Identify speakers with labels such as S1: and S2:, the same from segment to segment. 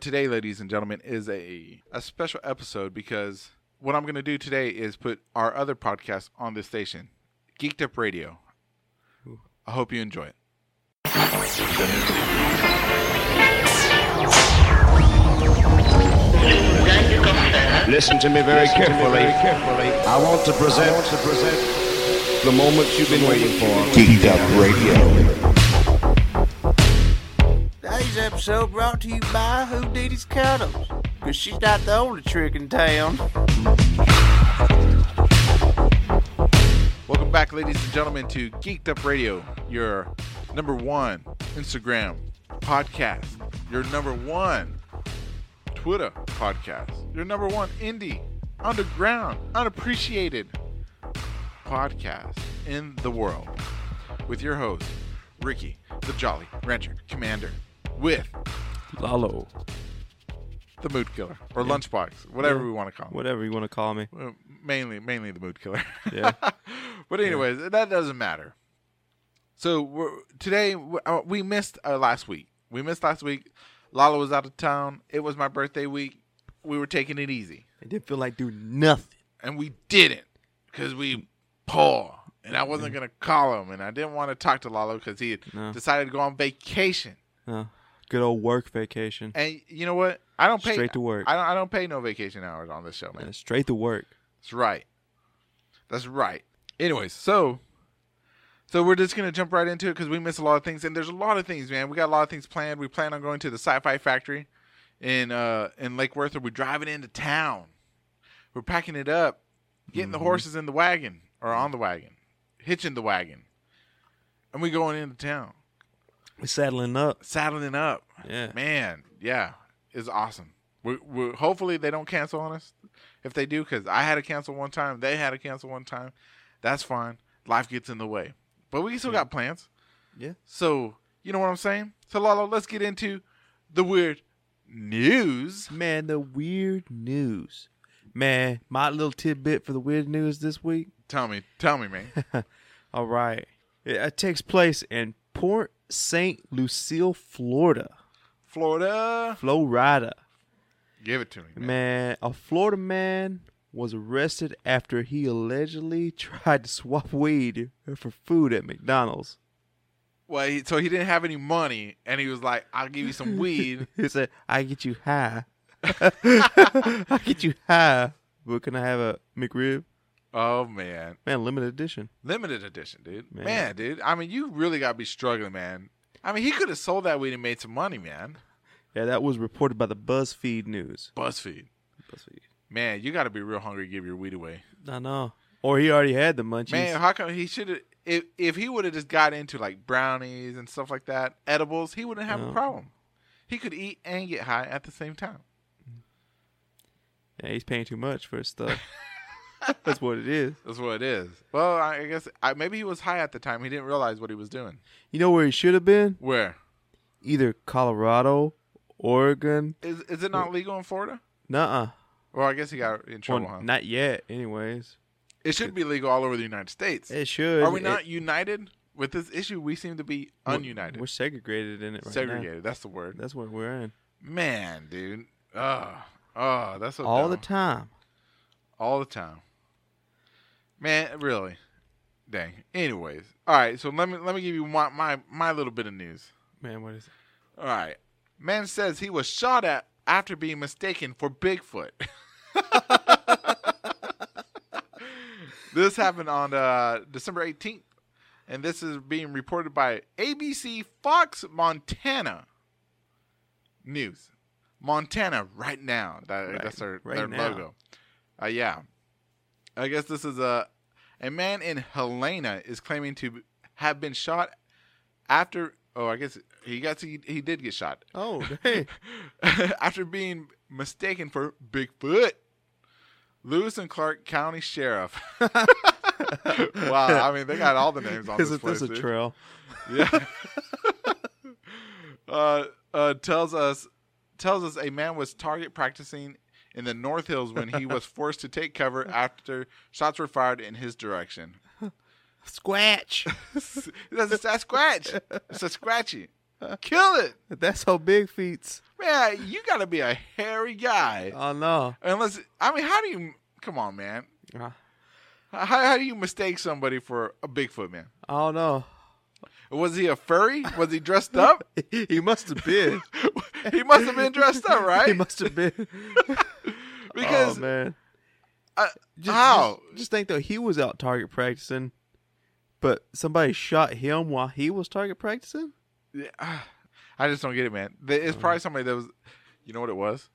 S1: Today, ladies and gentlemen, is a, a special episode because what I'm going to do today is put our other podcast on this station, Geeked Up Radio. I hope you enjoy it.
S2: Listen to me very carefully. I want to present, to present the moment you've been waiting for.
S3: Geeked Up Radio.
S4: Today's episode brought to you by Who Did His Cuddles, because she's not the only trick in town.
S1: Welcome back, ladies and gentlemen, to Geeked Up Radio, your number one Instagram podcast, your number one Twitter podcast, your number one indie, underground, unappreciated podcast in the world. With your host, Ricky, the Jolly Rancher Commander, with
S5: Lalo,
S1: the Mood Killer, or Lunchbox, whatever we want to call it.
S5: whatever you want to call me.
S1: Well, mainly mainly the mood killer.
S5: Yeah.
S1: but anyways, that doesn't matter. So we're, today we- uh, we missed uh, last week. We missed last week. Lala was out of town. It was my birthday week. We were taking it easy,
S5: It didn't feel like doing nothing.
S1: and we didn't because we poor. And I wasn't gonna call him, and I didn't want to talk to Lalo because he had
S5: No.
S1: decided to go on vacation.
S5: Uh, good old work vacation.
S1: And you know what? I don't pay
S5: Straight to work.
S1: I don't. I don't pay no vacation hours on this show, man.
S5: Uh, straight to work.
S1: That's right. That's right. Anyways, so so we're just gonna jump right into it because we miss a lot of things, and there's a lot of things, man. We got a lot of things planned. We plan on going to the Sci-Fi Factory in uh in Lake Worth, or we're driving into town. We're packing it up, getting the horses in the wagon or on the wagon, hitching the wagon, and we going into town,
S5: We're saddling up.
S1: saddling up.
S5: Yeah.
S1: man, yeah, it's awesome. We, we hopefully they don't cancel on us. If they do, because I had to cancel one time, they had to cancel one time. That's fine. Life gets in the way, but we still got plans.
S5: Yeah.
S1: So you know what I'm saying. So Lalo, let's get into the weird news.
S5: Man, the weird news. Man, my little tidbit for the weird news this week.
S1: Tell me, tell me, man.
S5: All right. It, it takes place in Port St. Lucie, Florida.
S1: Florida,
S5: Florida.
S1: give it to me, man.
S5: Man, a Florida man was arrested after he allegedly tried to swap weed for food at McDonald's.
S1: Well, he, so he didn't have any money, and he was like, "I'll give you some weed."
S5: He said, I get you high. I get you high. But can I have a McRib?
S1: oh man,
S5: Man, limited edition.
S1: Limited edition, dude. Man.
S5: Man.
S1: dude. I mean, you really got to be struggling, man. I mean, he could have sold that weed and made some money, man.
S5: Yeah, that was reported by the BuzzFeed News.
S1: BuzzFeed.
S5: BuzzFeed.
S1: Man, you got to be real hungry to give your weed away.
S5: I know. Or he already had the munchies.
S1: Man, how come he should have. If, if he would have just got into like brownies and stuff like that, edibles, he wouldn't have a
S5: No.
S1: problem. He could eat and get high at the same time.
S5: yeah, he's paying too much for his stuff. That's what it is.
S1: That's what it is. Well, I I guess I, maybe he was high at the time. He didn't realize what he was doing.
S5: You know where he should have been?
S1: Where?
S5: Either Colorado, Oregon.
S1: Is, is it not legal in Florida?
S5: Nuh
S1: Well, I guess he got in
S5: uh.
S1: trouble, huh?
S5: Not yet, anyways.
S1: It should be legal all over the United States.
S5: It should.
S1: Are we
S5: It-
S1: not united with this issue? We seem to be
S5: we're-
S1: ununited,
S5: We're segregated in it right
S1: segregated.
S5: now.
S1: That's the word.
S5: That's what we're in.
S1: Man, dude, oh, oh, that's so
S5: All
S1: dumb.
S5: the time.
S1: all the time. Man, really, dang. Anyways, all right. So let me let me give you my my, my little bit of news.
S5: Man, what is it?
S1: All right, man says he was shot at after being mistaken for Bigfoot. this happened on uh, December 18th, and this is being reported by ABC Fox Montana News. Montana right now. That,
S5: Right-
S1: that's their,
S5: right
S1: their
S5: now.
S1: logo. Uh, yeah. I guess this is a a man in Helena is claiming to have been shot after. Oh, I guess he got he, he did get shot
S5: Oh, hey.
S1: after being mistaken for Bigfoot. Lewis and Clark County Sheriff. wow, I mean they got all the names on this
S5: Isn't
S1: place.
S5: this a
S1: dude.
S5: trail?
S1: Yeah. uh, uh, tells us tells us a man was target practicing in the North Hills when he was forced to take cover after shots were fired in his direction.
S5: Squatch.
S1: That's a Sasquatch. It's a scratchy. Kill it.
S5: That's how big feats.
S1: Man, you got to be a hairy guy.
S5: Oh no.
S1: Unless, I mean, how do you, come on, man.
S5: Uh,
S1: How, how do you mistake somebody for a Bigfoot man?
S5: I don't know.
S1: Was he a furry? Was he dressed up?
S5: he must have been.
S1: he must have been dressed up,
S5: He
S1: right?
S5: must have been. oh
S1: because
S5: man.
S1: uh,
S5: Just,
S1: how?
S5: Just, just think though, he was out target practicing, but somebody shot him while he was target practicing.
S1: Yeah, I just don't get it, man. Th- It's probably somebody that was, you know what it was?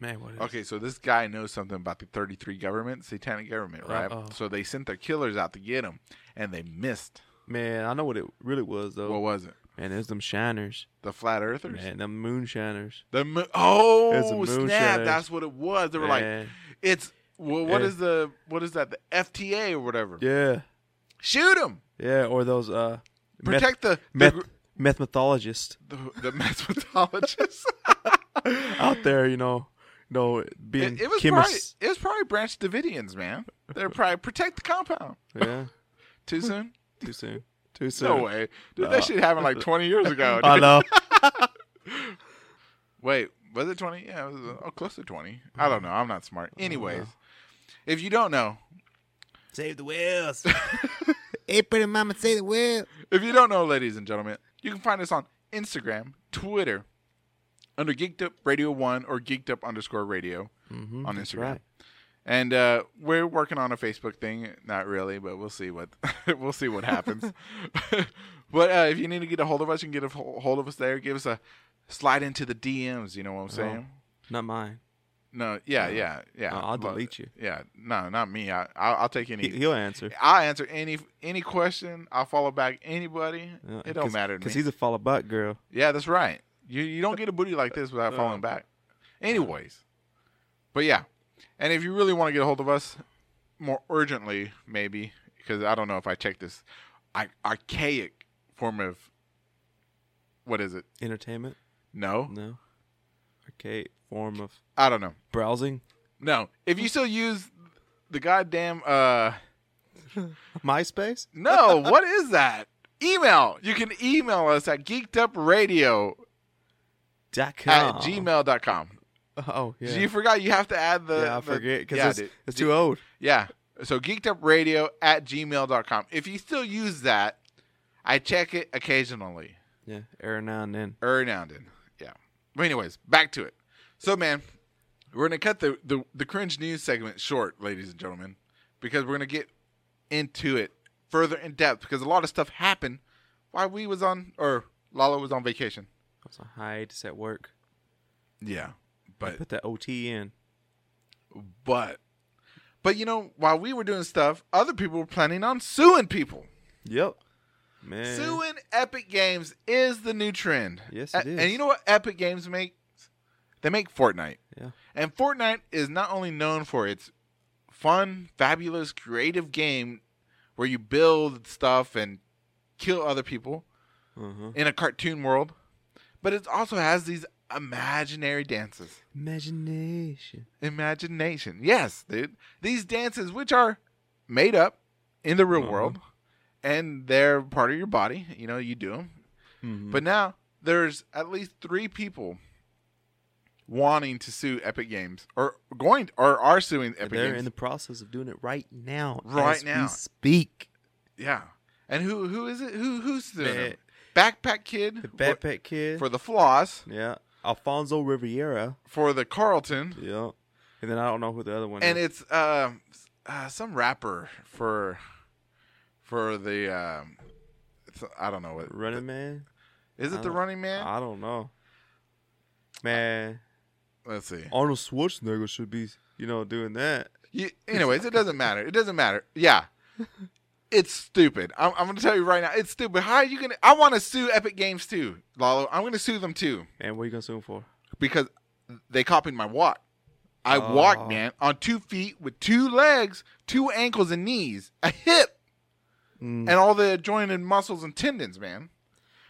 S5: Man, what is?
S1: Okay, so this guy knows something about the 33 government, satanic government, right?
S5: Uh-oh.
S1: So they sent their killers out to get him, and they missed.
S5: Man, I know what it really was though.
S1: What was it?
S5: man, it was them shiners.
S1: The flat earthers?
S5: Man, them moonshiners.
S1: The mo- oh
S5: It's the
S1: snap!
S5: moon shadows.
S1: That's what it was. They were like,
S5: Man.
S1: "It's well, what
S5: Yeah.
S1: is the what is that? The FTA or whatever?
S5: Yeah,
S1: Shoot him!
S5: yeah. Or those uh, meth-
S1: Protect the
S5: meth,
S1: the,
S5: meth mythologist
S1: the, the mathematologists."
S5: out there, you know, you know, being
S1: it, it was
S5: chemists.
S1: probably it was probably Branch Davidians, man. They're probably protect the compound.
S5: Yeah,
S1: Too soon?
S5: too soon. Too soon.
S1: No way. Dude, that shit happened like 20 years ago.
S5: I
S1: dude.
S5: know.
S1: Wait, was it 20? Yeah, it was uh, oh, close to 20. I don't know. I'm not smart. Anyways, if you don't know,
S5: Save the whales.
S4: April and Mama say the word.
S1: if you don't know, ladies and gentlemen, you can find us on Instagram, Twitter, under Geeked Up Radio 1 or Geeked Up underscore radio on Instagram.
S5: Mm-hmm. right.
S1: And uh, we're working on a Facebook thing. Not really, but we'll see what we'll see what happens. but uh, if you need to get a hold of us, you can get a ho- hold of us there. Give us a slide into the DMs. You know
S5: Oh.
S1: what I'm saying?
S5: Not mine.
S1: No, yeah, yeah, yeah.
S5: No, Oh. I'll
S1: Well,
S5: delete you.
S1: Yeah, no, not me. I, I'll, I'll take
S5: He,
S1: any.
S5: he'll answer.
S1: I'll answer any any question. I'll follow back anybody. it don't matter to me.
S5: because he's a follow back girl.
S1: Yeah, that's right. You you don't get a booty like this without falling back. Anyways, but yeah, and if you really want to get a hold of us more urgently, maybe because I don't know if I check this I, archaic form of what is it?
S5: Entertainment?
S1: No,
S5: No. Arcade form of
S1: I don't know.
S5: browsing.
S1: No, if you still use the goddamn uh
S5: MySpace.
S1: no, what is that? Email. You can email us at geekedupradio
S5: Dot
S1: at
S5: com.
S1: gmail.com.
S5: Oh yeah.
S1: You forgot you have to add the.
S5: yeah, I
S1: the-
S5: forget because
S1: yeah,
S5: it's,
S1: dude.
S5: it's too old.
S1: Yeah. So geekedupradio at gmail.com. If you still use that, I check it occasionally.
S5: Yeah, every now and then.
S1: Every now and then. Yeah. But anyways, back to it. So man, we're gonna cut the, the, the cringe news segment short, ladies and gentlemen, because we're gonna get into it further in depth because a lot of stuff happened while we was on or Lala was on vacation.
S5: I was on hiatus at work.
S1: Yeah. But
S5: Put that OT in.
S1: but but you know, while we were doing stuff, other people were planning on suing people.
S5: Yep. Man.
S1: Suing Epic Games is the new trend.
S5: Yes,
S1: A-
S5: it
S1: And
S5: is.
S1: you know what Epic Games makes? They make Fortnite.
S5: Yeah.
S1: And Fortnite is not only known for its fun, fabulous, creative game where you build stuff and kill other people
S5: Uh-huh.
S1: in a cartoon world, but it also has these imaginary dances.
S5: Imagination.
S1: Imagination. Yes, dude. These dances, which are made up in the
S5: Uh-huh.
S1: real world, and they're part of your body. You know, you do them.
S5: Mm-hmm.
S1: But now there's at least three people wanting to sue Epic Games or going or are suing Epic
S5: They're
S1: Games.
S5: in the process of doing it right now.
S1: Right
S5: as we
S1: now.
S5: speak.
S1: yeah. And who who is it? Who who's suing
S5: Ba-
S1: them? Backpack Kid
S5: The
S1: for-
S5: Backpack Kid.
S1: for the floss,
S5: yeah. Alfonso Riviera.
S1: for the Carlton,
S5: Yeah. And then I don't know who the other one
S1: and
S5: is.
S1: it's um uh, some rapper for for the um it's- I don't know what
S5: Running Man.
S1: is it the
S5: I-
S1: Running Man?
S5: I don't know. Man,
S1: Let's see.
S5: Arnold Schwarzenegger should be, you know, doing that.
S1: You, anyways, it doesn't matter. It doesn't matter. Yeah. It's stupid. I'm, I'm going to tell you right now. It's stupid. How are you going to? I want to sue Epic Games too, Lalo. I'm going to sue them too
S5: Man, what are you gonna sue him for?
S1: because they copied my walk. I walked, man, on two feet with two legs, two ankles and knees, a hip, and all the adjoining muscles and tendons, man.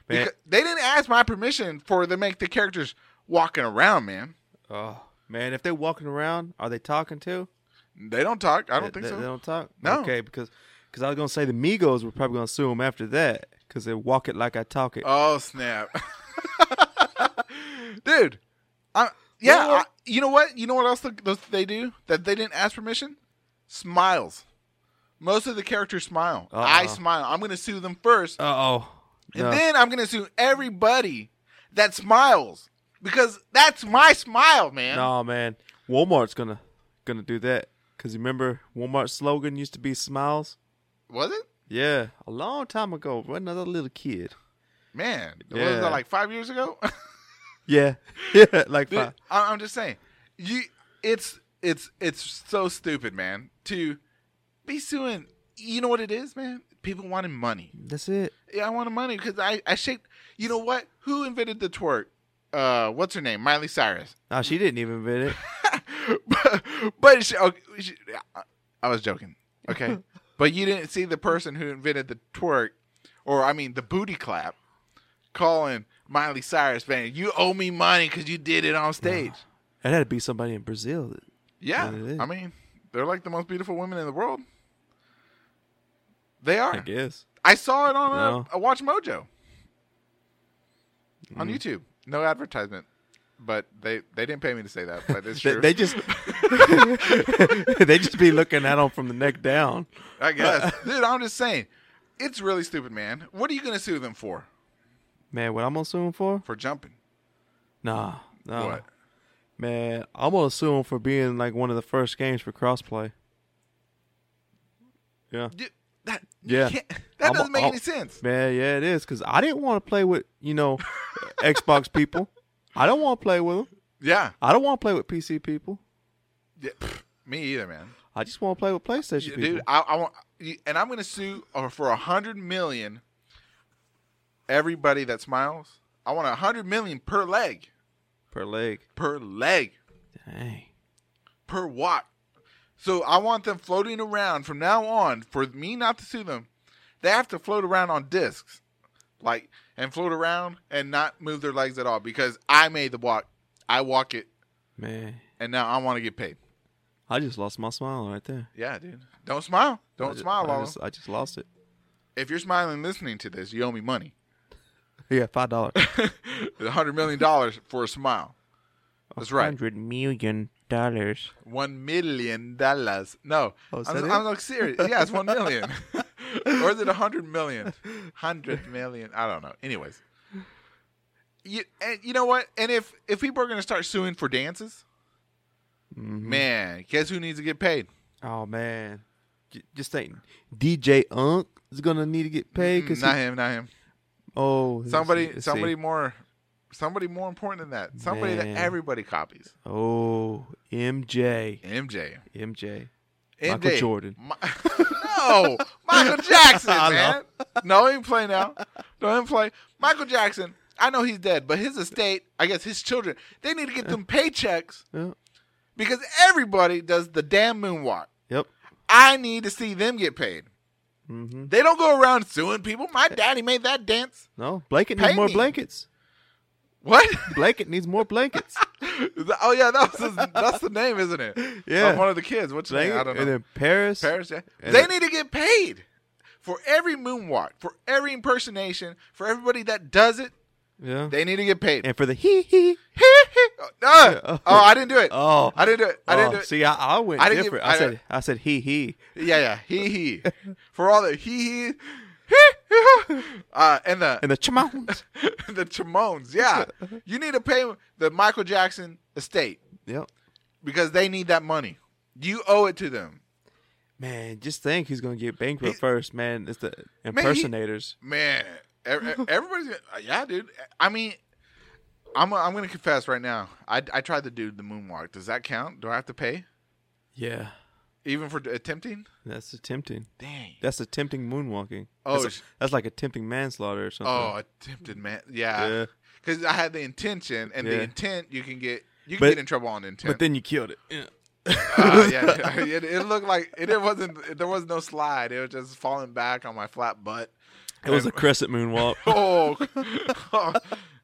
S5: Man.
S1: Because they didn't ask my permission for to make the characters walking around, man.
S5: Oh man, if they're walking around, are they talking too?
S1: They don't talk. I don't
S5: they,
S1: think
S5: they-
S1: so.
S5: They don't talk.
S1: No.
S5: Okay, because because I was gonna
S1: Uh,
S5: say the Migos were probably gonna sue him after that because they walk it like I talk it.
S1: Oh snap! dude. I, yeah,
S5: Yeah.
S1: I- you know what? You know what else th- th- they do that they didn't ask permission? Smiles. Most of the characters smile. I
S5: Uh-oh.
S1: smile. I'm going to sue them first,
S5: Uh oh.
S1: and then I'm going to sue everybody that smiles because that's my smile, man.
S5: No man, Walmart's gonna gonna do that because remember Walmart's slogan used to be smiles.
S1: Was it?
S5: Yeah, a long time ago, when I was a little kid.
S1: Man, was
S5: Yeah.
S1: that like five years ago?
S5: Yeah, yeah, like
S1: Dude,
S5: five.
S1: I, I'm just saying, you it's it's it's so stupid, man. To be suing, you know what it is, man. People wanting money.
S5: That's it.
S1: Yeah, I wanted money because I I shake. You know what? Who invented the twerk? Uh, what's her name? Miley Cyrus.
S5: Oh, she didn't even invent it.
S1: but but she, okay, she, I- I was joking. Okay, but you didn't see the person who invented the twerk, or I mean the booty clap, calling Miley Cyrus, man, you owe me money because you did it on stage.
S5: It had to be somebody in Brazil.
S1: Yeah,
S5: Yeah, it is.
S1: I mean, they're like the most beautiful women in the world. They are.
S5: I guess.
S1: I saw it on uh,
S5: No.
S1: a, a Watch Mojo on
S5: Mm-hmm.
S1: YouTube. No advertisement, but they they didn't pay me to say that, but it's
S5: They,
S1: true.
S5: they just they just be looking at them from the neck down.
S1: I guess, dude. I'm just saying, it's really stupid, man. What are you gonna sue them for?
S5: Man, what I'm gonna sue 'em for?
S1: For jumping?
S5: Nah, nah.
S1: What?
S5: Man, I'm gonna sue 'em for being like one of the first games for crossplay. Yeah.
S1: Dude, that
S5: Yeah.
S1: yeah. That
S5: I'm-
S1: doesn't make
S5: I'll-
S1: any sense.
S5: Man, yeah, it is because I didn't want to play with you know Xbox people. I don't want to play with them.
S1: Yeah.
S5: I don't want to play with PC people.
S1: yeah. pfft, Me either, man.
S5: I just want to play with PlayStation
S1: Yeah,
S5: people.
S1: dude. I, I want, you- and I'm gonna sue uh, for a hundred million. Everybody that smiles, I want a hundred million per leg,
S5: per leg.
S1: per leg,
S5: Dang.
S1: per watt. So I want them floating around from now on. For me not to sue them, they have to float around on discs, like and float around and not move their legs at all because I made the walk. I walk it,
S5: Man,
S1: and now I want to get paid.
S5: I just lost my smile right there.
S1: Yeah, dude. Don't smile. Don't
S5: I ju-
S1: smile,
S5: I
S1: Lalo.
S5: just, uh, I just lost it.
S1: If you're smiling, listening to this, you owe me money.
S5: Yeah, five dollars.
S1: A hundred million dollars for a smile. That's right.
S5: Hundred million dollars.
S1: One million dollars. No,
S5: Oh, is
S1: I'm,
S5: that it?
S1: I'm like serious. Yeah, it's one million. or is it a hundred million? Hundred million. I don't know. Anyways, you and you know what? And if if people are gonna start suing for dances,
S5: Mm-hmm.
S1: man, guess who needs to get paid?
S5: Oh man, J- just think, DJ Unk is gonna need to get paid because
S1: Mm, Not him. Not him.
S5: oh let's see,
S1: Somebody.
S5: let's see.
S1: Somebody more. Somebody more important than that. Somebody
S5: Man.
S1: that everybody copies.
S5: Oh MJ
S1: MJ.
S5: MJ. Michael
S1: MJ.
S5: Jordan.
S1: Mi- no, Michael Jackson,
S5: I know.
S1: man. No, he ain't play now. No, he ain't play. Michael Jackson. I know he's dead, but his estate, I guess his children, they need to get them paychecks
S5: Yeah.
S1: because everybody does the damn moonwalk.
S5: Yep.
S1: I need to see them get paid.
S5: Mm-hmm.
S1: They don't go around suing people. My daddy made that dance.
S5: No blanket
S1: Pay
S5: needs more
S1: me.
S5: blankets.
S1: What?
S5: Blanket needs more blankets.
S1: oh yeah, that was his, that's the name, isn't it?
S5: Yeah.
S1: of one of the kids. What's his name?
S5: Blanket,
S1: I don't know.
S5: And then Paris.
S1: Paris, yeah.
S5: And
S1: they
S5: the-
S1: need to get paid for every moonwalk, for every impersonation, for everybody that does it.
S5: Yeah.
S1: They need to get paid.
S5: and for the hee hee.
S1: oh, no.
S5: Yeah.
S1: Oh, I didn't do it.
S5: Oh.
S1: I didn't do it. I didn't
S5: Oh,
S1: do it.
S5: See, I, I went
S1: I didn't
S5: different.
S1: give-
S5: I,
S1: I-
S5: said, I said he he.
S1: Yeah, yeah. He he. for all the he he. hee, uh, and the
S5: And the chamounds.
S1: the Timones, yeah, you need to pay the Michael Jackson estate
S5: yep.
S1: because they need that money. You owe it to them,
S5: Man, just think he's gonna get bankrupt
S1: He-
S5: first, man. It's the
S1: he-
S5: impersonators.
S1: man. ev- ev- Everybody's, gonna- uh, yeah, dude. I mean, I'm I'm gonna confess right now. I I tried to do the moonwalk. Does that count? Do I have to pay
S5: yeah,
S1: even for attempting?
S5: that's attempting.
S1: Dang.
S5: That's attempting moonwalking.
S1: Oh,
S5: that's,
S1: sh-
S5: that's like attempting manslaughter or something.
S1: Oh, attempted man. Yeah.
S5: Yeah.
S1: Because I had the intention, and the
S5: Yeah.
S1: intent you can get you can
S5: But-
S1: get in trouble on intent.
S5: but then you killed it. Yeah.
S1: Uh, yeah, it, it looked like it, it wasn't. It, there was no slide. It was just falling back on my flat butt.
S5: It was a crescent moonwalk.
S1: Oh,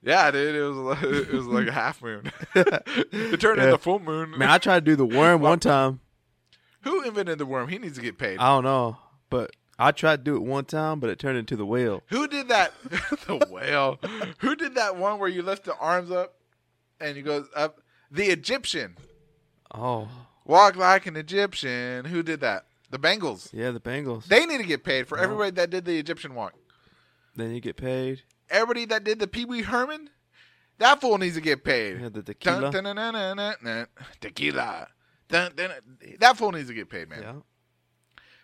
S1: yeah, dude. It was. It was like a half moon. it turned
S5: Yeah.
S1: into full moon.
S5: man, I tried to do the worm one time. Uh,
S1: Who invented the worm? He needs to get paid.
S5: I don't know, but I tried to do it one time, but it turned into the whale.
S1: Who did that? the whale. Who did that one where you lift the arms up and you goes up? The Egyptian.
S5: Oh,
S1: Walk like an Egyptian. Who did that? The Bengals.
S5: yeah, the Bengals.
S1: They need to get paid for everybody that did the Egyptian walk.
S5: then you get paid.
S1: Everybody that did the Pee Wee Herman, that fool needs to get paid.
S5: Yeah, the
S1: Dun,
S5: tequila.
S1: dun, dun, dun, dun, dun, dun. Tequila. Dun, dun, dun. That fool needs to get paid, man.
S5: Yeah.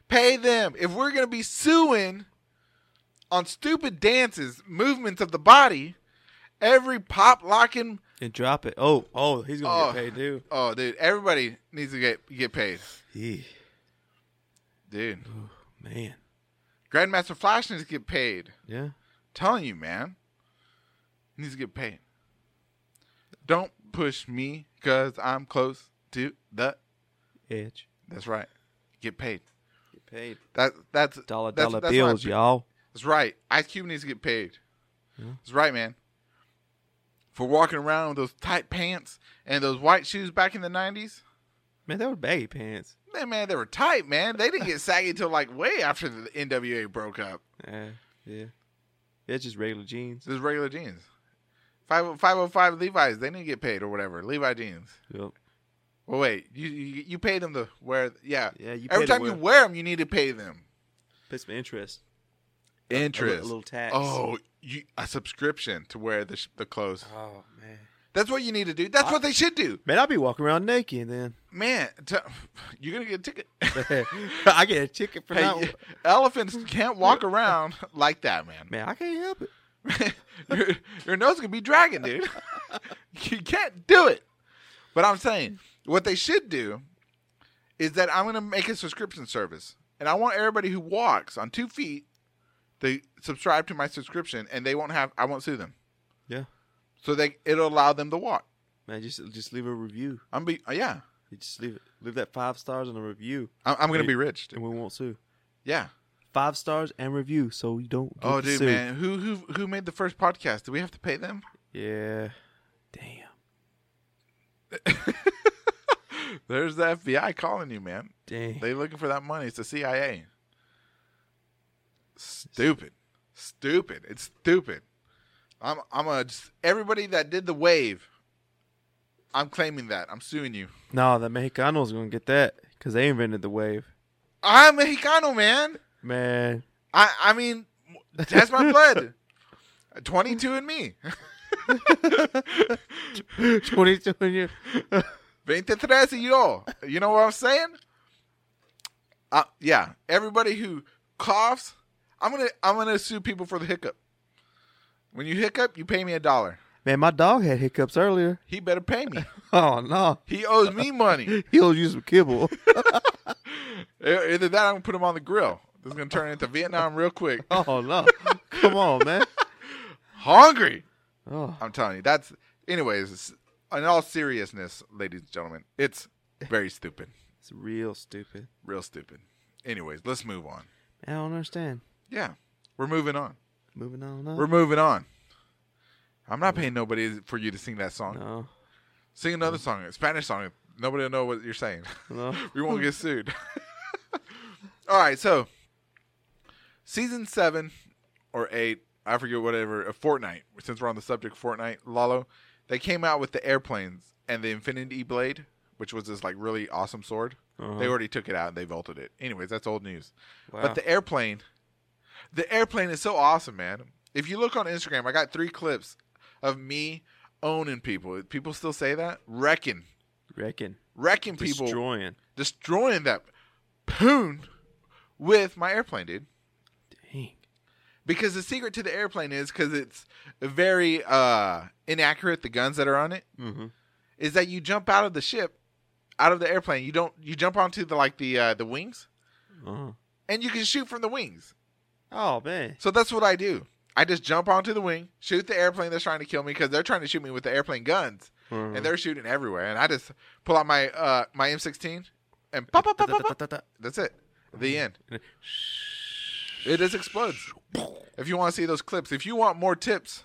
S1: Pay them. If we're going to be suing on stupid dances, movements of the body, every pop locking.
S5: And drop it. Oh, oh, he's gonna
S1: Oh.
S5: get paid too.
S1: Oh, dude, everybody needs to get, get paid.
S5: Yeah,
S1: Dude,
S5: man.
S1: Grandmaster Flash needs to get paid.
S5: Yeah.
S1: telling you, man. He needs to get paid. Don't push me because I'm close to the.
S5: Edge.
S1: That's right. Get paid.
S5: Get paid.
S1: That that's
S5: Dollar
S1: that's,
S5: dollar
S1: that's my
S5: bills,
S1: opinion.
S5: y'all.
S1: That's right. Ice Cube needs to get paid. That's right, man. For walking around with those tight pants and those white shoes back in the nineties,
S5: Man, that was baggy pants.
S1: man, man, they were tight, man. They didn't get saggy until like way after the NWA broke up.
S5: Yeah, yeah. That's just regular jeans.
S1: Just regular jeans. Five five oh five Levi's. They didn't get paid or whatever. Levi jeans.
S5: Yep.
S1: Well, wait. You you, you pay them to wear. Yeah.
S5: Yeah, you
S1: Every
S5: pay to
S1: time you wear them, you need to pay them
S5: Pay some interest.
S1: interest,
S5: a little tax.
S1: Oh, you a subscription to wear the sh- the clothes.
S5: Oh man.
S1: That's what you need to do. That's what they should do,
S5: Man, I'll be walking around naked then.
S1: man. T- you're gonna get a ticket.
S5: I get a ticket for
S1: Hey,
S5: that.
S1: you- elephants can't walk around like that, man.
S5: Man, I can't help it.
S1: your, your nose can be dragging, dude. you can't do it. But I'm saying what they should do is that I'm going to make a subscription service, and I want everybody who walks on two feet they subscribe to my subscription, and they won't have I won't sue them,
S5: Yeah.
S1: so they it'll allow them to walk.
S5: Man, just just leave a review.
S1: I'm be uh, yeah.
S5: You just leave it. Leave that five stars and a review,
S1: I'm, I'm gonna
S5: Hey.
S1: be rich. dude.
S5: and we won't sue.
S1: Yeah.
S5: Five stars and review, so you don't. Get
S1: Oh, dude,
S5: sued.
S1: man, who who who made the first podcast? Do we have to pay them?
S5: Yeah. Damn.
S1: There's the FBI calling you, man.
S5: Dang.
S1: They looking for that money. It's the CIA. Stupid, stupid. It's stupid. I'm I'm a just, everybody that did the wave. I'm claiming that. I'm suing you.
S5: no, the Mexicanos gonna get that because they invented the wave.
S1: I'm Mexicano, man.
S5: Man.
S1: I I mean, that's my blood. Twenty two and me.
S5: 22 years.
S1: Veintitrés y yo. You know what I'm saying? Uh, yeah. Everybody who coughs, I'm gonna I'm gonna sue people for the hiccup. When you hiccup, you pay me a dollar.
S5: Man, my dog had hiccups earlier.
S1: He better pay me.
S5: Oh no.
S1: He owes me money.
S5: He'll use some kibble.
S1: E- Either that, I'm gonna put him on the grill. This is gonna turn into Vietnam real quick.
S5: oh no. Come on, man.
S1: Hungry.
S5: Oh.
S1: I'm telling you. That's anyways. it's- In all seriousness, ladies and gentlemen, it's very stupid.
S5: It's real stupid.
S1: Real stupid. Anyways, let's move on.
S5: I don't understand.
S1: Yeah, we're moving on.
S5: Moving on up.
S1: We're moving on. I'm not paying nobody for you to sing that song.
S5: no.
S1: Sing another song, a Spanish song. Nobody will know what you're saying.
S5: No.
S1: we won't get sued. All right, so season seven or eight, I forget whatever, of Fortnite. Since we're on the subject of Fortnite, Lalo, they came out with the airplanes and the Infinity Blade, which was this like really awesome sword. They already took it out and they vaulted it. Anyways, that's old news.
S5: Uh-huh. Wow.
S1: But the airplane, the airplane is so awesome, man. If you look on Instagram, I got three clips of me owning people. People still say that wrecking,
S5: Reckon.
S1: wrecking people
S5: Destroying.
S1: destroying that poon with my airplane, dude.
S5: Dang.
S1: Because the secret to the airplane is because it's very uh, inaccurate. The guns that are on it is
S5: Mhm.
S1: that you jump out of the ship, out of the airplane. You don't. You jump onto the like the uh, the wings,
S5: Oh.
S1: and you can shoot from the wings.
S5: Oh man.
S1: So that's what I do. I just jump onto the wing, shoot the airplane that's trying to kill me because they're trying to shoot me with the airplane guns, and they're shooting everywhere. And I just pull out my uh, my M16 and pop, pop, pop, pop, pop. That's it. The
S5: Mm-hmm.
S1: end. It just explodes. If you want to see those clips, if you want more tips,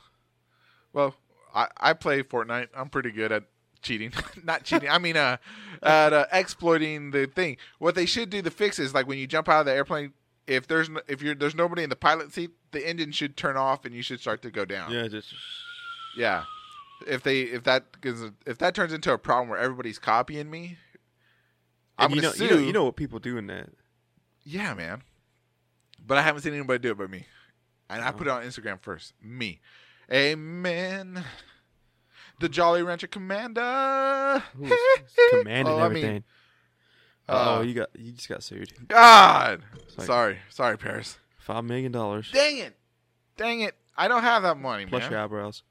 S1: well, I, I play Fortnite. I'm pretty good at cheating. Not cheating. I mean, uh, at uh, exploiting the thing. What they should do to fix is like when you jump out of the airplane if there's no, if you're there's nobody in the pilot seat, the engine should turn off and you should start to go down.
S5: Yeah, just
S1: Yeah. If they if that 'cause if that turns into a problem where everybody's copying me, I'm
S5: and you know,
S1: gonna
S5: you
S1: sue.
S5: know you know what people do in that.
S1: Yeah, man. But I haven't seen anybody do it but me. And I put it on Instagram first. Me. Amen. The Jolly Rancher Commander.
S5: Ooh, commanding
S1: Oh, I mean,
S5: everything.
S1: uh,
S5: oh, you got you just got sued.
S1: God.
S5: like-
S1: sorry. Sorry, Paris.
S5: Five million dollars
S1: Dang it. Dang it. I don't have that money,
S5: plus
S1: man.
S5: your eyebrows.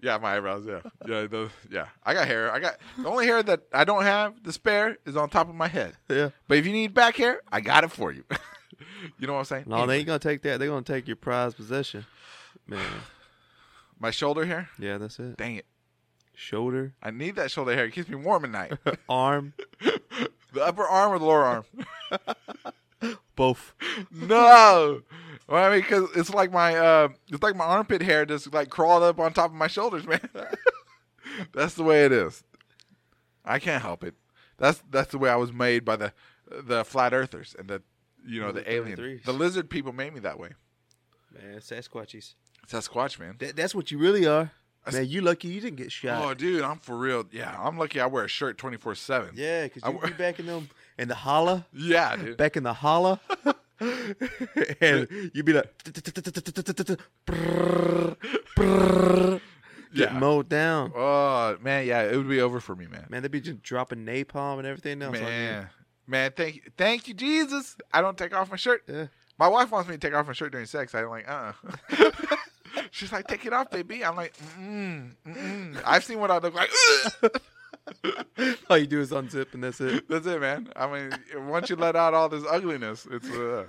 S1: Yeah, my eyebrows. Yeah, yeah, those, yeah. I got hair. I got the only hair that I don't have. The spare is on top of my head.
S5: Yeah.
S1: But if you need back hair, I got it for you. you know what I'm saying?
S5: No, they ain't gonna take that. They're gonna take your prized possession. Man,
S1: My shoulder hair.
S5: yeah, that's it.
S1: Dang it!
S5: Shoulder,
S1: I need that shoulder hair. It keeps me warm at night.
S5: arm,
S1: the upper arm or the lower arm?
S5: both.
S1: no. Well, I mean, because it's like my uh, it's like my armpit hair just like crawled up on top of my shoulders, man. that's the way it is. I can't help it. That's that's the way I was made by the the flat earthers and the you know
S5: The
S1: the alien
S5: 33s.
S1: the lizard people made me that way.
S5: Man, Sasquatches.
S1: Sasquatch, man.
S5: That, that's what you really are.
S1: That's-
S5: Man, you lucky you didn't get shot.
S1: Oh, dude, I'm for real. Yeah, I'm lucky. I wear a shirt 24 seven.
S5: Yeah, because
S1: I
S5: you
S1: wor-
S5: be back in them in the holla,
S1: yeah, dude.
S5: back in the holla, and you'd be like, brrr, brrr, get
S1: Yeah.
S5: mowed down.
S1: Oh man, yeah, it would be over for me, man.
S5: Man, they'd be just dropping napalm and everything else. on you.
S1: Man, man, thank you, thank you, Jesus. I don't take off my shirt.
S5: Yeah.
S1: My wife wants me to take off my shirt during sex. I'm like, uh. uh She's like, take it off, baby. I'm like, mm, mm. I've seen what I look like.
S5: All you do is unzip and that's it.
S1: That's it, man. I mean, once you let out all this ugliness, it's uh,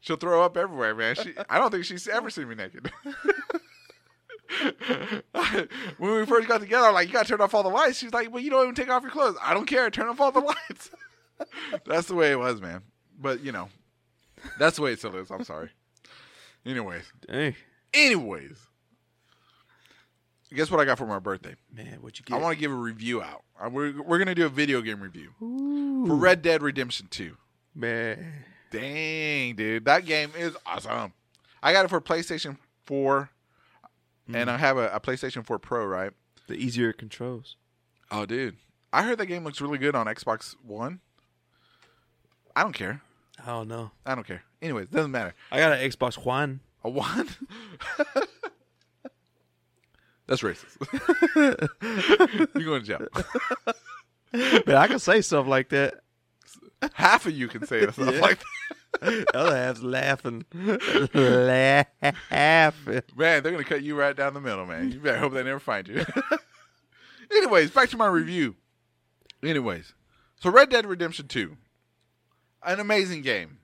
S1: she'll throw up everywhere, man. She, I don't think she's ever seen me naked. when we first got together, I'm like, you gotta turn off all the lights. She's like, well, you don't even take off your clothes. I don't care. Turn off all the lights. that's the way it was, man. But you know, that's the way it still is. I'm sorry. Anyways,
S5: Dang.
S1: anyways, guess what I got for my birthday?
S5: Man, what you
S1: I
S5: get?
S1: want to give a review out. Uh, We're, we're gonna do a video game review for Red Dead Redemption Two.
S5: Man.
S1: Dang, dude, that game is awesome. I got it for PlayStation Four, and I have a, a PlayStation Four Pro, right?
S5: The easier it controls.
S1: Oh, dude, I heard that game looks really good on Xbox One. I don't care.
S5: I don't know.
S1: I don't care. Anyways, doesn't matter.
S5: I got an Xbox One.
S1: A one. That's racist. You're going to jail.
S5: but I can say stuff like that.
S1: Half of you can say it.
S5: Yeah.
S1: Like,
S5: The other half's laughing. laughing.
S1: Man, they're gonna cut you right down the middle, man. You better hope they never find you. Anyways, back to my review. Anyways, so Red Dead Redemption 2. An amazing game.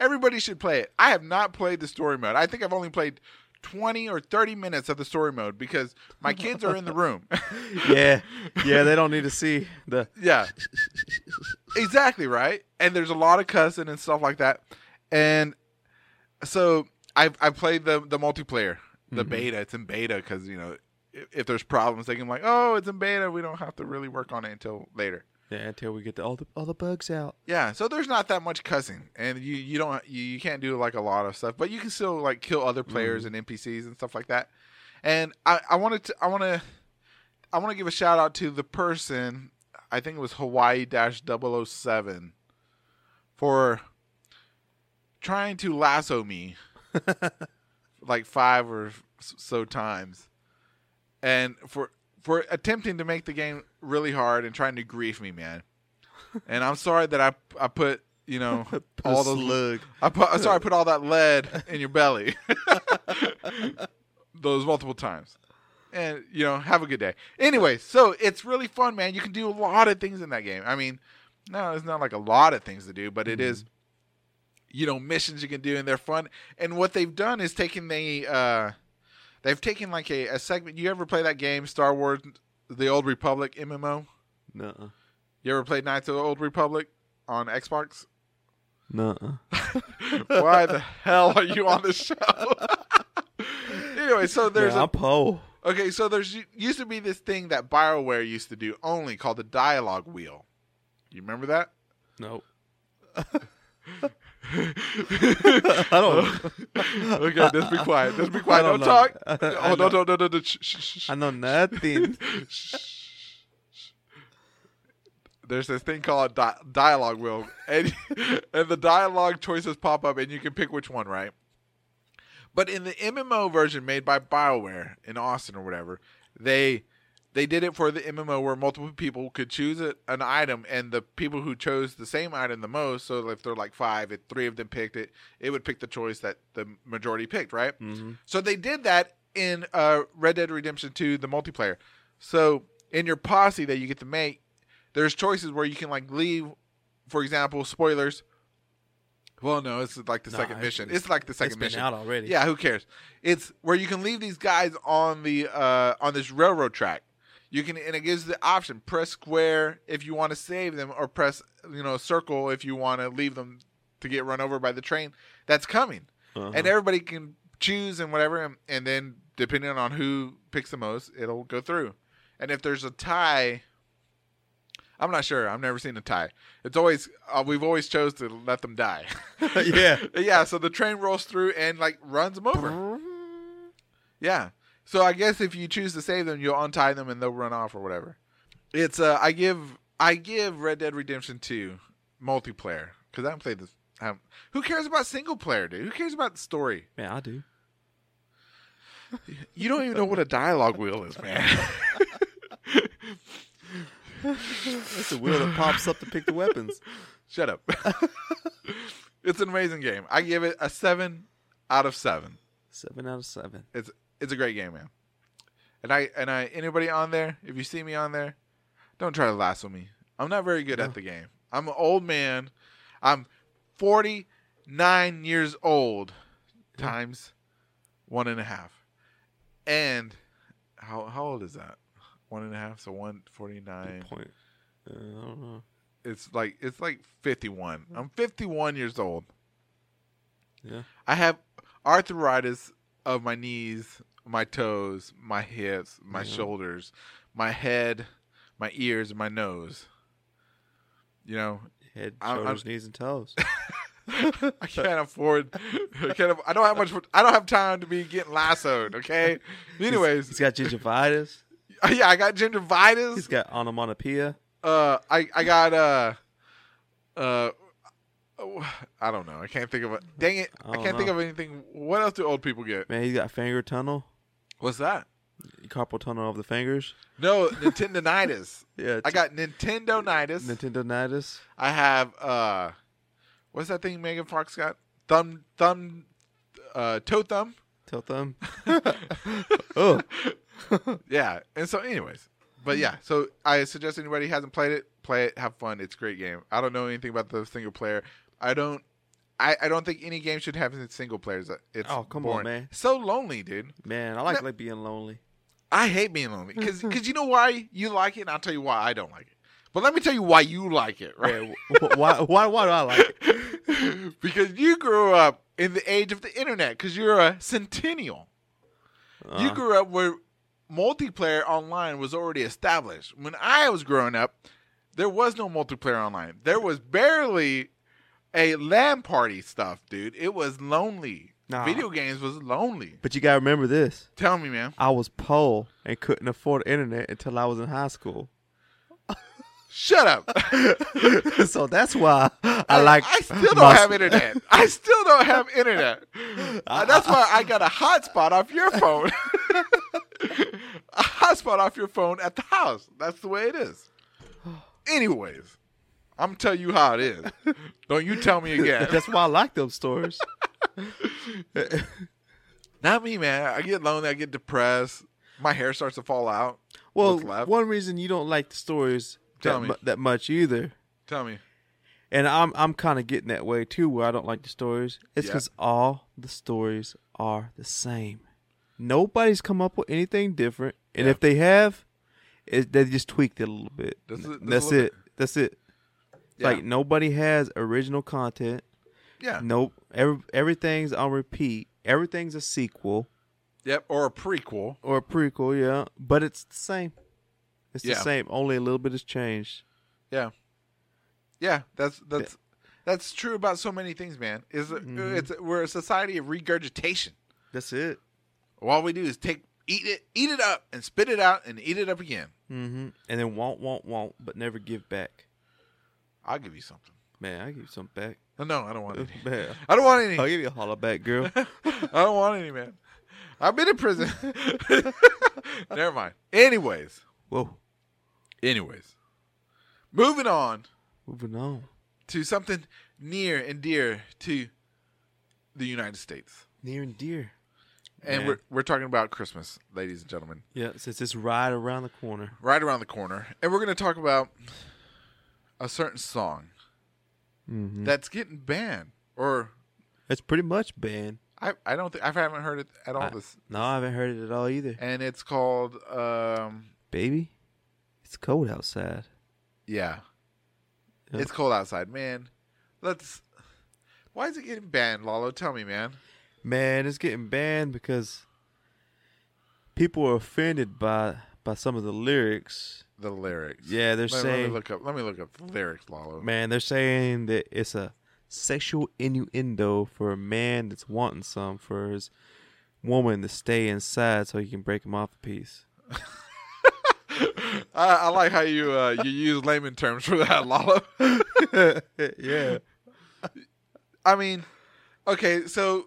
S1: Everybody should play it. I have not played the story mode. I think I've only played 20 or 30 minutes of the story mode because my kids are in the room.
S5: Yeah. Yeah, they don't need to see the.
S1: yeah. Exactly, right? And there's a lot of cussing and stuff like that. And so I I played the the multiplayer, the beta. It's in beta cuz you know if, if there's problems they can like, "Oh, it's in beta. We don't have to really work on it until later."
S5: Yeah, until we get the, all the all the bugs out.
S1: Yeah, so there's not that much cussing, and you you don't you, you can't do like a lot of stuff, but you can still like kill other players and NPCs and stuff like that. And I I wanted to I want to I want to give a shout out to the person I think it was Hawaii Dash 007 for trying to lasso me like five or so times, and for for attempting to make the game really hard and trying to grief me, man. And I'm sorry that I I put you know all
S5: the
S1: those
S5: slug.
S1: I put, I'm sorry I put all that lead in your belly those multiple times. And you know, have a good day. Anyway, so it's really fun, man. You can do a lot of things in that game. I mean, no, it's not like a lot of things to do, but it is you know missions you can do and they're fun and what they've done is taken the uh they've taken like a, a segment you ever play that game star wars the old republic mmo
S5: Nuh-uh.
S1: you ever played knights of the old republic on xbox
S5: Nuh-uh.
S1: why the hell are you on the show anyway so there's
S5: yeah,
S1: a
S5: I'm Poe.
S1: Okay, so there's used to be this thing that BioWare used to do only called the dialogue wheel. You remember that?
S5: Nope. I don't.
S1: okay, let's Oh, be quiet. Let's be quiet.
S5: I
S1: Don't,
S5: don't know.
S1: talk.
S5: I
S1: oh no, no, no, no, no. Shh, shh, shh.
S5: I know nothing.
S1: There's this thing called di- dialogue wheel, and and the dialogue choices pop up, and you can pick which one, right? But in the MMO version made by BioWare in Austin or whatever, they they did it for the MMO where multiple people could choose a, an item, and the people who chose the same item the most. So if there are like five, if three of them picked it, it would pick the choice that the majority picked, right?
S5: Mm-hmm.
S1: So they did that in uh, Red Dead Redemption 2, the multiplayer. So in your posse that you get to make, there's choices where you can like leave. For example, spoilers. Well, no, it's like the
S5: Nah,
S1: second
S5: it's-
S1: mission. It's like the second
S5: been
S1: mission
S5: out already.
S1: Yeah, who cares? It's where you can leave these guys on the uh, on this railroad track. You can and it gives the option: press square if you want to save them, or press you know circle if you want to leave them to get run over by the train that's coming
S5: Uh-huh.
S1: and everybody can choose and whatever and, and then depending on who picks the most it'll go through and if there's a tie i'm not sure i've never seen a tie it's always uh, we've always chose to let them die
S5: yeah.
S1: yeah so the train rolls through and like runs them over yeah so i guess if you choose to save them you'll untie them and they'll run off or whatever it's uh i give i give red dead redemption 2 multiplayer because i haven't played this I haven't- who cares about single player dude who cares about the story
S5: Man, I do.
S1: you don't even know what a dialogue wheel is, man.
S5: It's a wheel that pops up to pick the weapons.
S1: Shut up. it's an amazing game. I give it a seven out of seven.
S5: Seven out of seven.
S1: It's it's a great game, man. And I and I anybody on there, if you see me on there, don't try to lasso me. I'm not very good at the game. I'm an old man. I'm 49 years old times one and a half. And how how old is that? One and a half, so one forty nine.
S5: Point. Uh, I don't know.
S1: it's like it's like 51 i'm 51 years old
S5: Mm-hmm. Yeah.
S1: i have arthritis of my knees my toes my hips my shoulders my head my ears and my nose you know
S5: Head,
S1: I'm-
S5: shoulders, knees, and toes.
S1: i can't afford i can't aff- i don't have much i don't have time to be getting lassoed okay anyways
S5: he's got gingivitis.
S1: yeah i got gingivitis
S5: He's got onomatopoeia.
S1: uh I I got uh uh oh, I don't know. I can't think of it. Dang it. I,
S5: I don't
S1: can't think
S5: know.
S1: of anything. What else do old people get?
S5: Man, he's got finger tunnel,
S1: What's that?
S5: carpal tunnel of the fingers.
S1: No, Nintendonitis.
S5: Yeah,
S1: I got Nintendonitis.
S5: Nintendo nitis.
S1: I have uh what's that thing Megan Fox got? Thumb thumb uh toe thumb.
S5: Tell them. oh,
S1: Yeah. And so anyways, but yeah, so I suggest anybody who hasn't played it, play it, have fun. It's a great game. I don't know anything about the single player. I don't I, I don't think any game should have single players. uh, It's
S5: Oh, come on,
S1: boring.
S5: man.
S1: So lonely, dude.
S5: man, I like
S1: No.
S5: like being lonely.
S1: I hate being lonely cuz you know why you like it and I'll tell you why I don't like it. But let me tell you why you like it, right?
S5: Yeah, wh- why? Why? Why do I like it?
S1: because you grew up in the age of the internet because you're a centennial. you grew up where multiplayer online was already established. When I was growing up, there was no multiplayer online. There was barely a LAN party stuff, dude. It was lonely.
S5: Nah.
S1: Video games was lonely.
S5: But you gotta remember this:
S1: Tell me, man.
S5: I was poor and couldn't afford internet until I was in high school.
S1: Shut up.
S5: so that's why I like.
S1: I still don't
S5: my-
S1: have internet. I still don't have internet. Uh, that's why I got a hotspot off your phone. a hotspot off your phone at the house. That's the way it is. Anyways, I'm telling you how it is. Don't you tell me again.
S5: That's why I like those stores.
S1: Not me, man. I get lonely. I get depressed. My hair starts to fall out.
S5: Well,
S1: What's left?
S5: one reason you don't like the stores
S1: Tell
S5: that,
S1: me.
S5: mu- that much either,
S1: Tell me.
S5: and I'm I'm kind of getting that way too, where I don't like the stories. It's
S1: Yeah.
S5: because all the stories are the same. Nobody's come up with anything different, and if they have, it, they just tweaked it a little bit.
S1: That's it- that's a
S5: That's
S1: little
S5: it. That's it.
S1: Yeah.
S5: Like nobody has original content.
S1: yeah.
S5: Nope. Every, everything's on repeat. Everything's a sequel
S1: Yep. Or a prequel.
S5: or a prequel, yeah. But it's the same. It's
S1: Yeah.
S5: the same. Only a little bit has changed.
S1: Yeah. Yeah. That's that's That's true about so many things, man. Is uh, it's we're a society of regurgitation.
S5: That's it.
S1: All we do is take eat it, eat it up, and spit it out, and eat it up again.
S5: Mm-hmm. And then won't, won't, won't, but never give back.
S1: I'll give you something.
S5: Man, I give you something back.
S1: No, no, I don't want any.
S5: Man,
S1: I don't want any.
S5: I'll give Oh, you a holler back, girl.
S1: I don't want any, man. I've been in prison. Never mind. Anyways,
S5: Whoa.
S1: anyways, moving on
S5: Moving on.
S1: to something near and dear to the United States,
S5: Near and dear.
S1: and
S5: Man.
S1: we're we're talking about Christmas, ladies and gentlemen,
S5: Yeah, since it's right around the corner.
S1: right around the corner, and we're going to talk about a certain song
S5: Mm-hmm.
S1: that's getting banned, or
S5: It's pretty much banned.
S1: I I don't think I haven't heard it at all
S5: I-
S1: this,
S5: No, I haven't heard it at all either.
S1: and it's called um
S5: Baby, it's cold outside.
S1: yeah.
S5: Yeah.
S1: It's cold outside, man. Let's. Why is it getting banned, Lalo? Tell me, man.
S5: Man, it's getting banned because people are offended by by some of the lyrics.
S1: The lyrics.
S5: Yeah, they're
S1: let, Let
S5: saying-
S1: me look up. Let me look up the lyrics, Lalo.
S5: Man, they're saying that it's a sexual innuendo for a man that's wanting some for his woman to stay inside so he can break him off a piece.
S1: I, I like how you uh, you use layman terms for that, Lalo.
S5: yeah.
S1: I mean, okay, so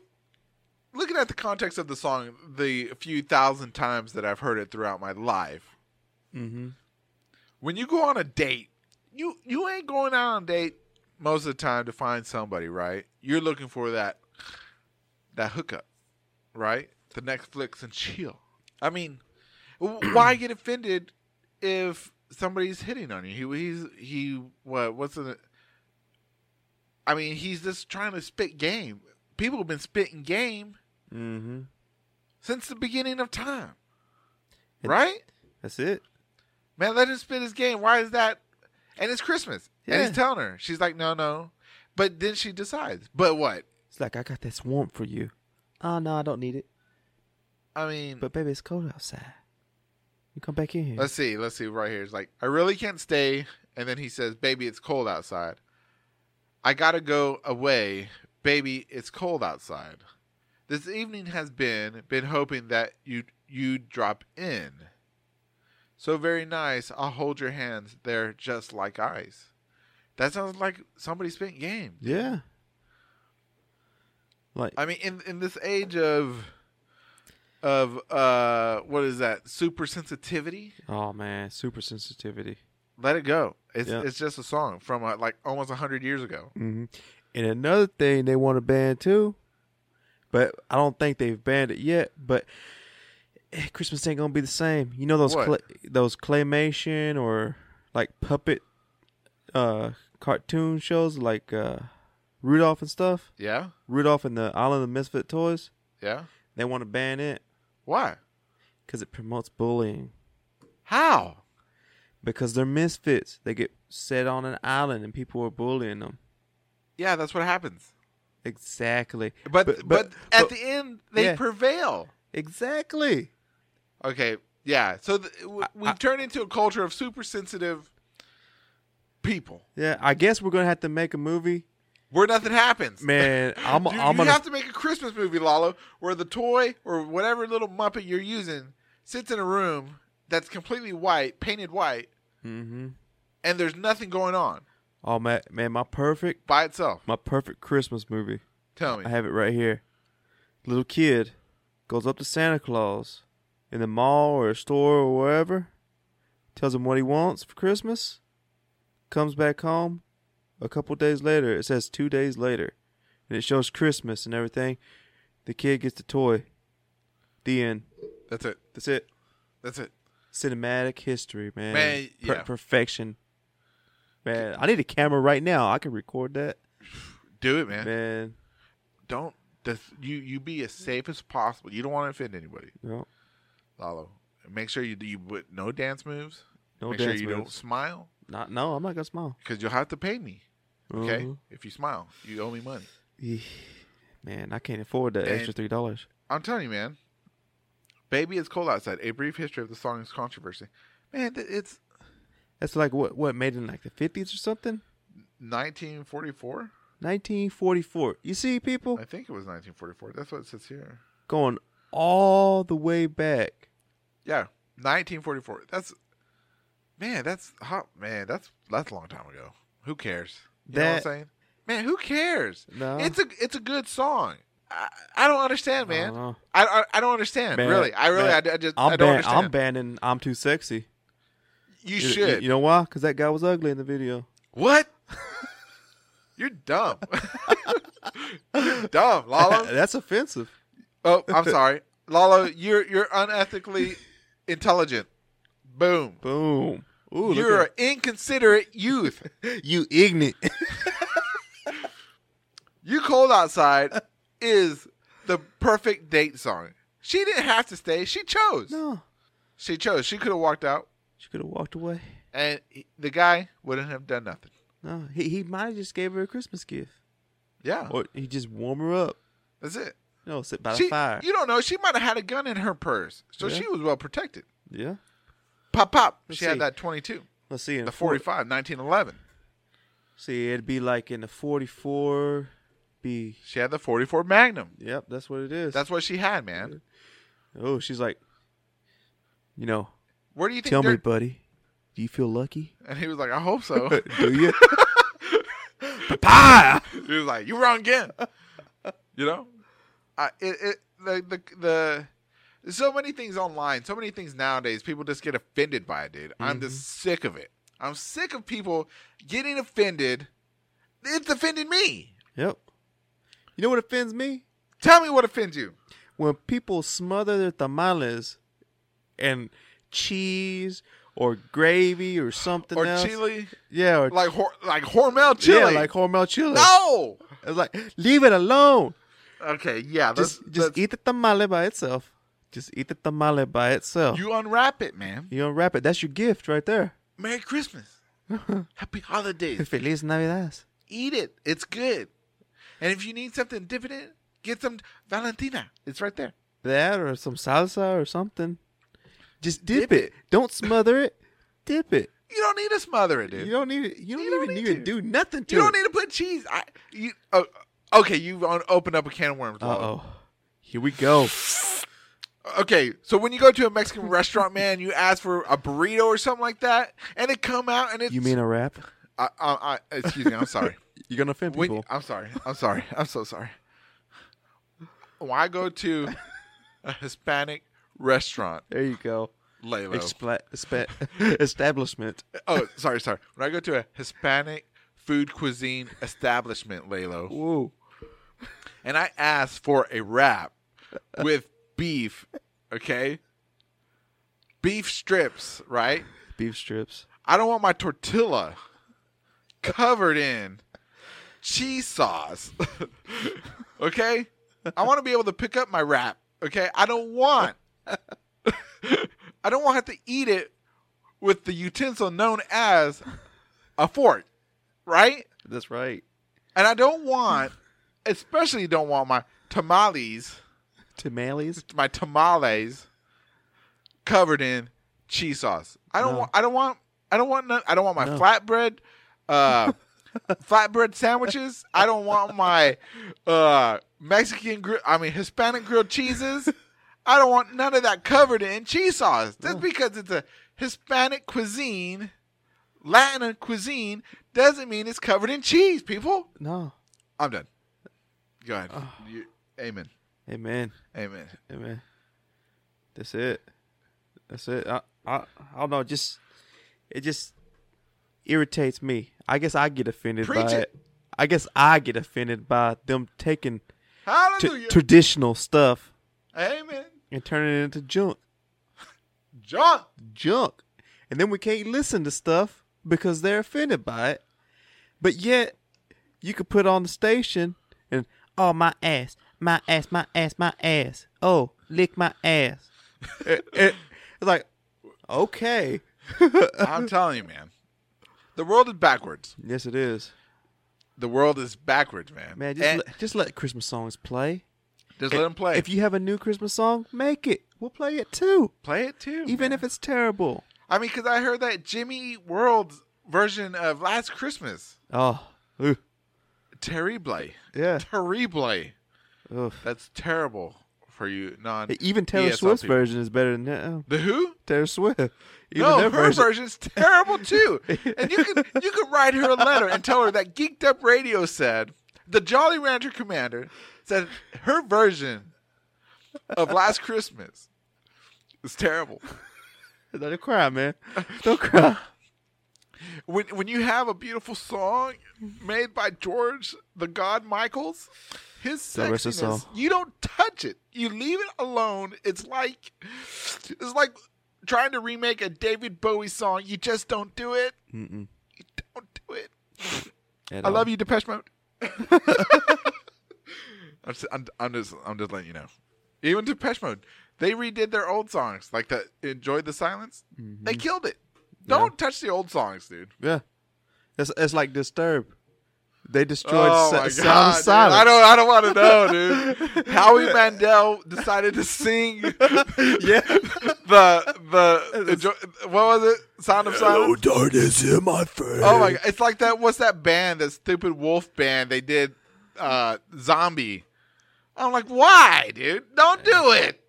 S1: looking at the context of the song, the few thousand times that I've heard it throughout my life,
S5: Mm-hmm.
S1: when you go on a date, you you ain't going out on a date most of the time to find somebody, right? You're looking for that that hookup, right? The Netflix and chill. I mean, w- why get offended if somebody's hitting on you? He he's he what what's the I mean, he's just trying to spit game. People have been spitting game
S5: Mm-hmm.
S1: since the beginning of time. Right?
S5: That's it.
S1: Man, let him spin his game. Why is that? And it's Christmas. And
S5: Yeah.
S1: he's telling her. She's like, no, no. But then she decides. But what?
S5: It's like I got this warmth for you. Oh no, I don't need it.
S1: I mean,
S5: But baby, it's cold outside. You come back in here.
S1: let's see. Let's see right here. It's like, I really can't stay. And then he says, baby, it's cold outside. I got to go away. Baby, it's cold outside. This evening has been, been hoping that you you'd drop in. So very nice. I'll hold your hands. They're just like ice. That sounds like somebody spent game.
S5: yeah. Like
S1: I mean, in in this age of of uh, what is that? Super sensitivity.
S5: oh man, super sensitivity.
S1: Let it go. It's
S5: Yeah.
S1: it's just a song from uh, like almost hundred years ago.
S5: Mm-hmm. And another thing they want to ban too, but I don't think they've banned it yet. But eh, Christmas ain't gonna be the same. You know those
S1: What?
S5: cla those claymation or like puppet uh cartoon shows like uh Rudolph and stuff.
S1: Yeah,
S5: Rudolph and the Island of Misfit Toys.
S1: yeah.
S5: They want to ban it
S1: Why?
S5: because it promotes bullying.
S1: How?
S5: Because they're misfits. They get set on an island and people are bullying them.
S1: Yeah, that's what happens.
S5: Exactly.
S1: But but, at
S5: but-
S1: the end they
S5: yeah.
S1: prevail.
S5: exactly.
S1: Okay. Yeah. So th- w- we
S5: I-
S1: turn into a culture of super sensitive people
S5: Yeah, I guess we're gonna have to make a movie,
S1: where nothing happens.
S5: man. I'm
S1: Dude,
S5: I'm
S1: you
S5: gonna
S1: have to make a Christmas movie, Lalo, where the toy or whatever little Muppet you're using sits in a room that's completely white, painted white,
S5: hmm
S1: and there's nothing going on
S5: Oh man, man, my perfect
S1: by itself.
S5: my perfect Christmas movie.
S1: Tell me.
S5: I have it right here. Little kid goes up to Santa Claus in the mall or a store or wherever, tells him what he wants for Christmas, comes back home a couple days later. It says two days later, and it shows Christmas and everything. The kid gets the toy. The end.
S1: That's it.
S5: That's it.
S1: That's it.
S5: Cinematic history, man.
S1: Man,
S5: Per-
S1: yeah.
S5: perfection. Man, I need a camera right now. I can record that.
S1: Do it, man.
S5: Man,
S1: Don't. This, you you be as safe as possible. You don't want to offend anybody,
S5: no,
S1: Lalo. Make sure you you put no dance moves.
S5: no
S1: Make
S5: dance
S1: sure you don't
S5: moves.
S1: smile
S5: Not, no, I'm not gonna smile.
S1: because you'll have to pay me. Okay,
S5: Mhm.
S1: if you smile, you owe me money.
S5: Yeah. Man, I can't afford that
S1: Man.
S5: extra three dollars.
S1: I'm telling you, man. Baby, it's cold outside. A brief history of the song's controversy. Man, th- it's
S5: That's like what what made it in like the fifties or something.
S1: 1944.
S5: 1944. You see, people
S1: I think it was 1944. That's what it says here.
S5: going all the way back.
S1: Yeah, 1944. That's man. That's hot. Man, that's that's a long time ago. Who cares? You know what I'm
S5: That-
S1: saying? Man, who cares?
S5: No.
S1: It's a it's a good song. I, I don't understand, man.
S5: don't know.
S1: I, I I don't understand.
S5: Man,
S1: really, I really, I,
S5: man,
S1: I just
S5: I'm
S1: I don't
S5: ban-
S1: understand.
S5: I'm banning. I'm too sexy.
S1: you
S5: You- you-
S1: should.
S5: You know why? Because that guy was ugly in the video.
S1: what? You're dumb. You're dumb, Lalo.
S5: That's offensive.
S1: Oh, I'm sorry, Lalo. You're you're unethically intelligent. Boom.
S5: Boom. Ooh, look
S1: You're
S5: at-
S1: an inconsiderate youth.
S5: you ignorant.
S1: You Cold Outside is the perfect date song. She didn't have to stay. She chose.
S5: no,
S1: She chose. She could have walked out,
S5: she could have walked away.
S1: and he- the guy wouldn't have done nothing.
S5: No, he he might have just gave her a Christmas gift,
S1: Yeah,
S5: or he just warm her up.
S1: that's it.
S5: You know, sit by the
S1: Oh. She,
S5: fire.
S1: you don't know. She might have had a gun in her purse, so
S5: Yeah.
S1: she was well protected.
S5: yeah.
S1: Pop, pop.
S5: Let's
S1: she had
S5: see.
S1: that 22,
S5: Let's see. In
S1: the
S5: four-
S1: 45, 1911.
S5: See, it'd be like in the 44 B.
S1: She had the 44 Magnum.
S5: Yep, that's what it is.
S1: That's what she had, man.
S5: oh, she's like, you know,
S1: Where do you think?
S5: tell me,
S1: they're-
S5: buddy, do you feel lucky?
S1: And he was like, I hope so.
S5: do you?
S1: Papa. He was like, "You wrong again." You know, I it, it the the the there's so many things online, so many things nowadays. People just get offended by it, dude. I'm just
S5: Mm-hmm.
S1: sick of it. I'm sick of people getting offended. It's offended me.
S5: yep. You know what offends me?
S1: Tell me what offends you.
S5: When people smother their tamales and cheese or gravy or something
S1: Or
S5: else.
S1: chili,
S5: Yeah, or
S1: like hor- like Hormel chili.
S5: Yeah, like Hormel chili.
S1: no.
S5: It's like, leave it alone.
S1: Okay, yeah.
S5: Just
S1: let's-
S5: just
S1: let's-
S5: eat the tamale by itself. Just eat the tamale by itself.
S1: You unwrap it, man.
S5: You unwrap it. That's your gift right there.
S1: Merry Christmas. Happy holidays.
S5: Feliz Navidad.
S1: eat it. It's good. And if you need something different, get some Valentina. It's right there.
S5: That or some salsa or something. Just dip,
S1: Dip
S5: it. Don't smother it. Dip it.
S1: You don't need to smother it, dude.
S5: You
S1: You don't,
S5: don't need it. You don't
S1: You don't
S5: even
S1: need
S5: need to
S1: to.
S5: do nothing to it.
S1: need to put cheese. I you oh, okay. You on- opened up a can of worms.
S5: Uh
S1: Lalo.
S5: oh. Here we go.
S1: Okay, so when you go to a Mexican restaurant, man, you ask for a burrito or something like that, and it come out and it's
S5: You mean a wrap?
S1: I, I, I, excuse me, I'm sorry.
S5: You're gonna offend
S1: When,
S5: people.
S1: I'm sorry. I'm sorry. I'm so sorry. When I go to a Hispanic restaurant,
S5: There you go.
S1: Lalo,
S5: Expla- spe- establishment.
S1: oh, sorry, sorry. When I go to a Hispanic food cuisine establishment, Lalo,
S5: Whoa.
S1: and I ask for a wrap with beef, okay? Beef strips, right?
S5: Beef strips.
S1: I don't want my tortilla covered in cheese sauce. okay? I want to be able to pick up my wrap. Okay? I don't want I don't want to have to eat it with the utensil known as a fork. Right?
S5: That's right.
S1: And I don't want especially don't want my tamales,
S5: Tamales.
S1: my tamales covered in cheese sauce. I don't
S5: No.
S1: want I don't want I don't want none, I don't want my
S5: No.
S1: flatbread uh flatbread sandwiches. I don't want my uh Mexican grill I mean Hispanic grilled cheeses. I don't want none of that covered in cheese sauce. Just because it's a Hispanic cuisine, Latin cuisine doesn't mean it's covered in cheese, people.
S5: No.
S1: I'm done. Go ahead. You, amen.
S5: Amen.
S1: Amen.
S5: Hey man, that's it. That's it. I, I I don't know. Just it just irritates me. I guess I get offended
S1: Preach
S5: by
S1: it.
S5: it. I guess I get offended by them taking t-
S1: Hallelujah.
S5: traditional stuff
S1: amen.
S5: and turning it into junk,
S1: John.
S5: junk, and then we can't listen to stuff because they're offended by it. But yet, you could put on the station and oh my ass, my ass, my ass, my ass. Oh, lick my ass. It- it- it's like okay,
S1: I'm telling you, man. The world is backwards.
S5: yes, it is.
S1: The world is backwards, man.
S5: Man, just
S1: And
S5: let, just let Christmas songs play.
S1: just let them play.
S5: If you have a new Christmas song, make it. We'll play it too,
S1: play it too,
S5: even if it's terrible.
S1: I mean, because I heard that Jimmy Eat World's version of Last Christmas.
S5: Oh, ugh.
S1: terrible.
S5: Yeah.
S1: Terrible.
S5: Ugh.
S1: That's terrible for you non.
S5: Even Taylor
S1: ESL
S5: Swift's
S1: people.
S5: version is better than that. Oh,
S1: The who?
S5: Taylor Swift. Even
S1: no,
S5: their
S1: her
S5: version.
S1: version's terrible too. And you could you could write her a letter and tell her that Geeked Up Radio said the Jolly Rancher Commander said her version of Last Christmas is terrible.
S5: Don't cry, man. Don't cry.
S1: When when you have a beautiful song made by George the God Michaels, his
S5: The rest is
S1: sexiness
S5: all.
S1: you don't touch it. You leave it alone. It's like it's like trying to remake a David Bowie song. You just don't do it.
S5: Mm-mm.
S1: You don't do it. I love you, Depeche Mode. I'm, just, I'm, I'm just, I'm just letting you know. Even Depeche Mode, they redid their old songs, like the "Enjoy the Silence." They killed it. Don't touch the old songs, dude.
S5: Yeah. It's, it's like Disturbed. They destroyed Sa- Sound of
S1: Oh dude.
S5: Silence.
S1: I don't, I don't want to know, dude. Howie Mandel decided to sing the
S5: Yeah.
S1: the enjoy, what was it? Sound of Silence.
S5: darkness, here, my friend.
S1: Oh my! God. It's like that. What's that band? That stupid wolf band. They did uh, zombie. I'm like, why, dude? Don't do it.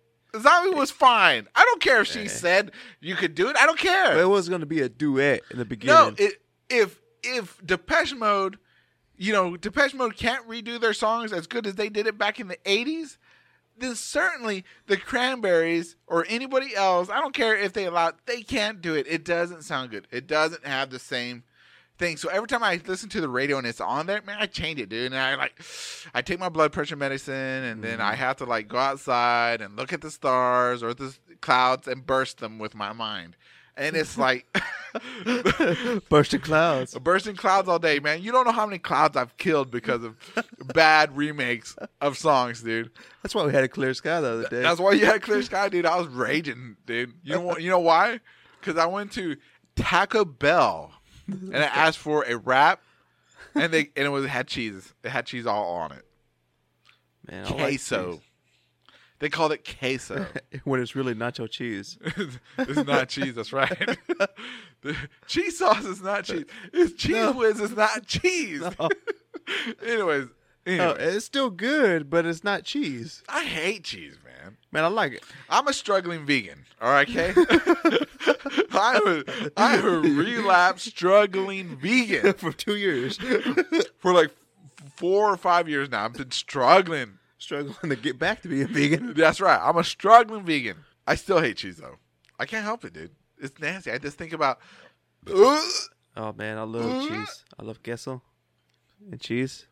S1: Zombie was fine. I don't care if she said you could do it. I don't
S5: But it
S1: care.
S5: was going to be a duet in the beginning.
S1: No, it, if if Depeche Mode, you know, Depeche Mode can't redo their songs as good as they did it back in the '80s. Then certainly the Cranberries or anybody else, I don't care if they allow, it, they can't do it. It doesn't sound good. It doesn't have the same thing. So every time I listen to the radio and it's on there, man, I change it, dude. And I like, I take my blood pressure medicine, and then I have to like go outside and look at the stars or the clouds and burst them with my mind. And it's like
S5: Bursting Clouds.
S1: bursting clouds all day, man. You don't know how many clouds I've killed because of bad remakes of songs, dude.
S5: That's why we had a clear sky the other day.
S1: That's why you had clear sky, dude. I was raging, dude. You know what? You know why? Because I went to Taco Bell and I asked for a wrap, and they and it was it had cheese. It had cheese all on it.
S5: Man, I like
S1: Queso. they called it queso.
S5: cheese. when it's really nacho cheese.
S1: it's not cheese. That's right. The cheese sauce is not cheese. It's cheese whiz. It's not cheese. Anyways,
S5: Oh, No,
S1: anyways,
S5: it's still good, but it's not cheese.
S1: I hate cheese, man.
S5: Man, I like it.
S1: I'm a struggling vegan. All right, okay. I'm a, I'm a relapse struggling vegan
S5: For two years,
S1: for like f- four or five years now. I've been struggling.
S5: struggling to get back to being vegan.
S1: That's right. I'm a struggling vegan. I still hate cheese though. I can't help it, dude. It's nasty. I just think about. Ugh.
S5: Oh man, I love cheese. I love queso and cheese.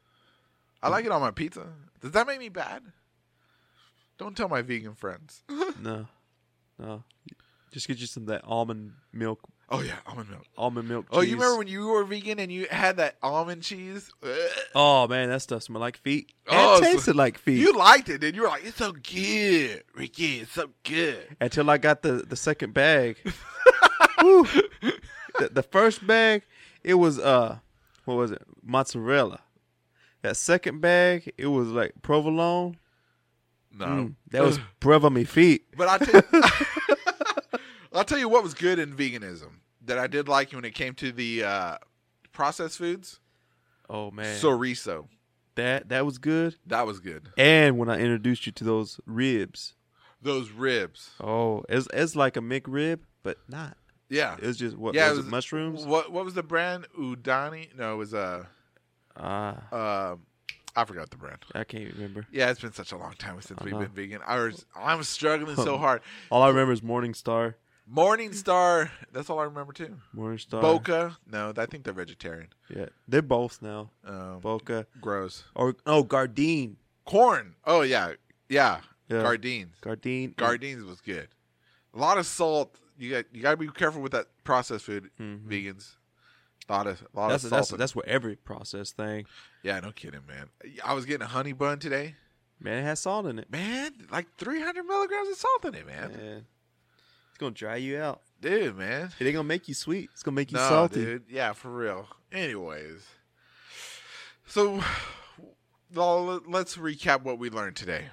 S1: I like it on my pizza. Does that make me bad? Don't tell my vegan friends.
S5: No, no. Just get you some of that almond milk,
S1: Oh yeah, almond milk.
S5: almond milk.
S1: Oh,
S5: cheese.
S1: you remember when you were vegan and you had that almond cheese?
S5: Oh man, that stuff smelled like feet.
S1: Oh,
S5: it
S1: so-
S5: tasted like feet
S1: You liked it, dude. You were like, it's so good, Ricky. It's so good.
S5: until I got the the second bag. Woo. The, the first bag, it was uh, what was it? Mozzarella. That second bag, it was like provolone.
S1: No,
S5: Mm, that was breath on my feet.
S1: but I tell I'll tell you what was good in veganism that I did like when it came to the uh, processed foods.
S5: Oh man,
S1: Chorizo,
S5: that that was good.
S1: that was good.
S5: And when I introduced you to those ribs,
S1: Those ribs,
S5: oh, it's it's like a McRib, but not.
S1: yeah,
S5: It was just what
S1: yeah.
S5: was it, mushrooms?
S1: What what was the brand? Udani? No, it was uh,
S5: Ah,
S1: um, I forgot the brand.
S5: I can't remember.
S1: Yeah, it's been such a long time since we've
S5: know.
S1: been vegan. I was, I'm struggling so hard.
S5: All I remember is Morningstar.
S1: Morning Star, that's all I remember too.
S5: Morningstar.
S1: Boca, no, I think they're vegetarian.
S5: Yeah, they're both now.
S1: Um,
S5: Boca
S1: gross.
S5: or oh, Gardein.
S1: Corn. Oh yeah, yeah.
S5: Yeah.
S1: Gardines.
S5: Gardein.
S1: Gardines was good. A lot of salt. You got you got to be careful with that processed food. Vegans. A lot of lot
S5: Mm-hmm. That's
S1: of
S5: that's
S1: oh, salt.
S5: that's what every processed thing.
S1: yeah, no kidding, man. I was getting a honey bun today.
S5: Man, it has salt in it.
S1: Man, like 300 milligrams of salt in it, man.
S5: Man, it's gonna dry you out.
S1: Dude, man.
S5: It ain't gonna make you sweet. It's gonna make you
S1: no,
S5: salty.
S1: dude. Yeah, for real. Anyways, so well, let's recap what we learned today.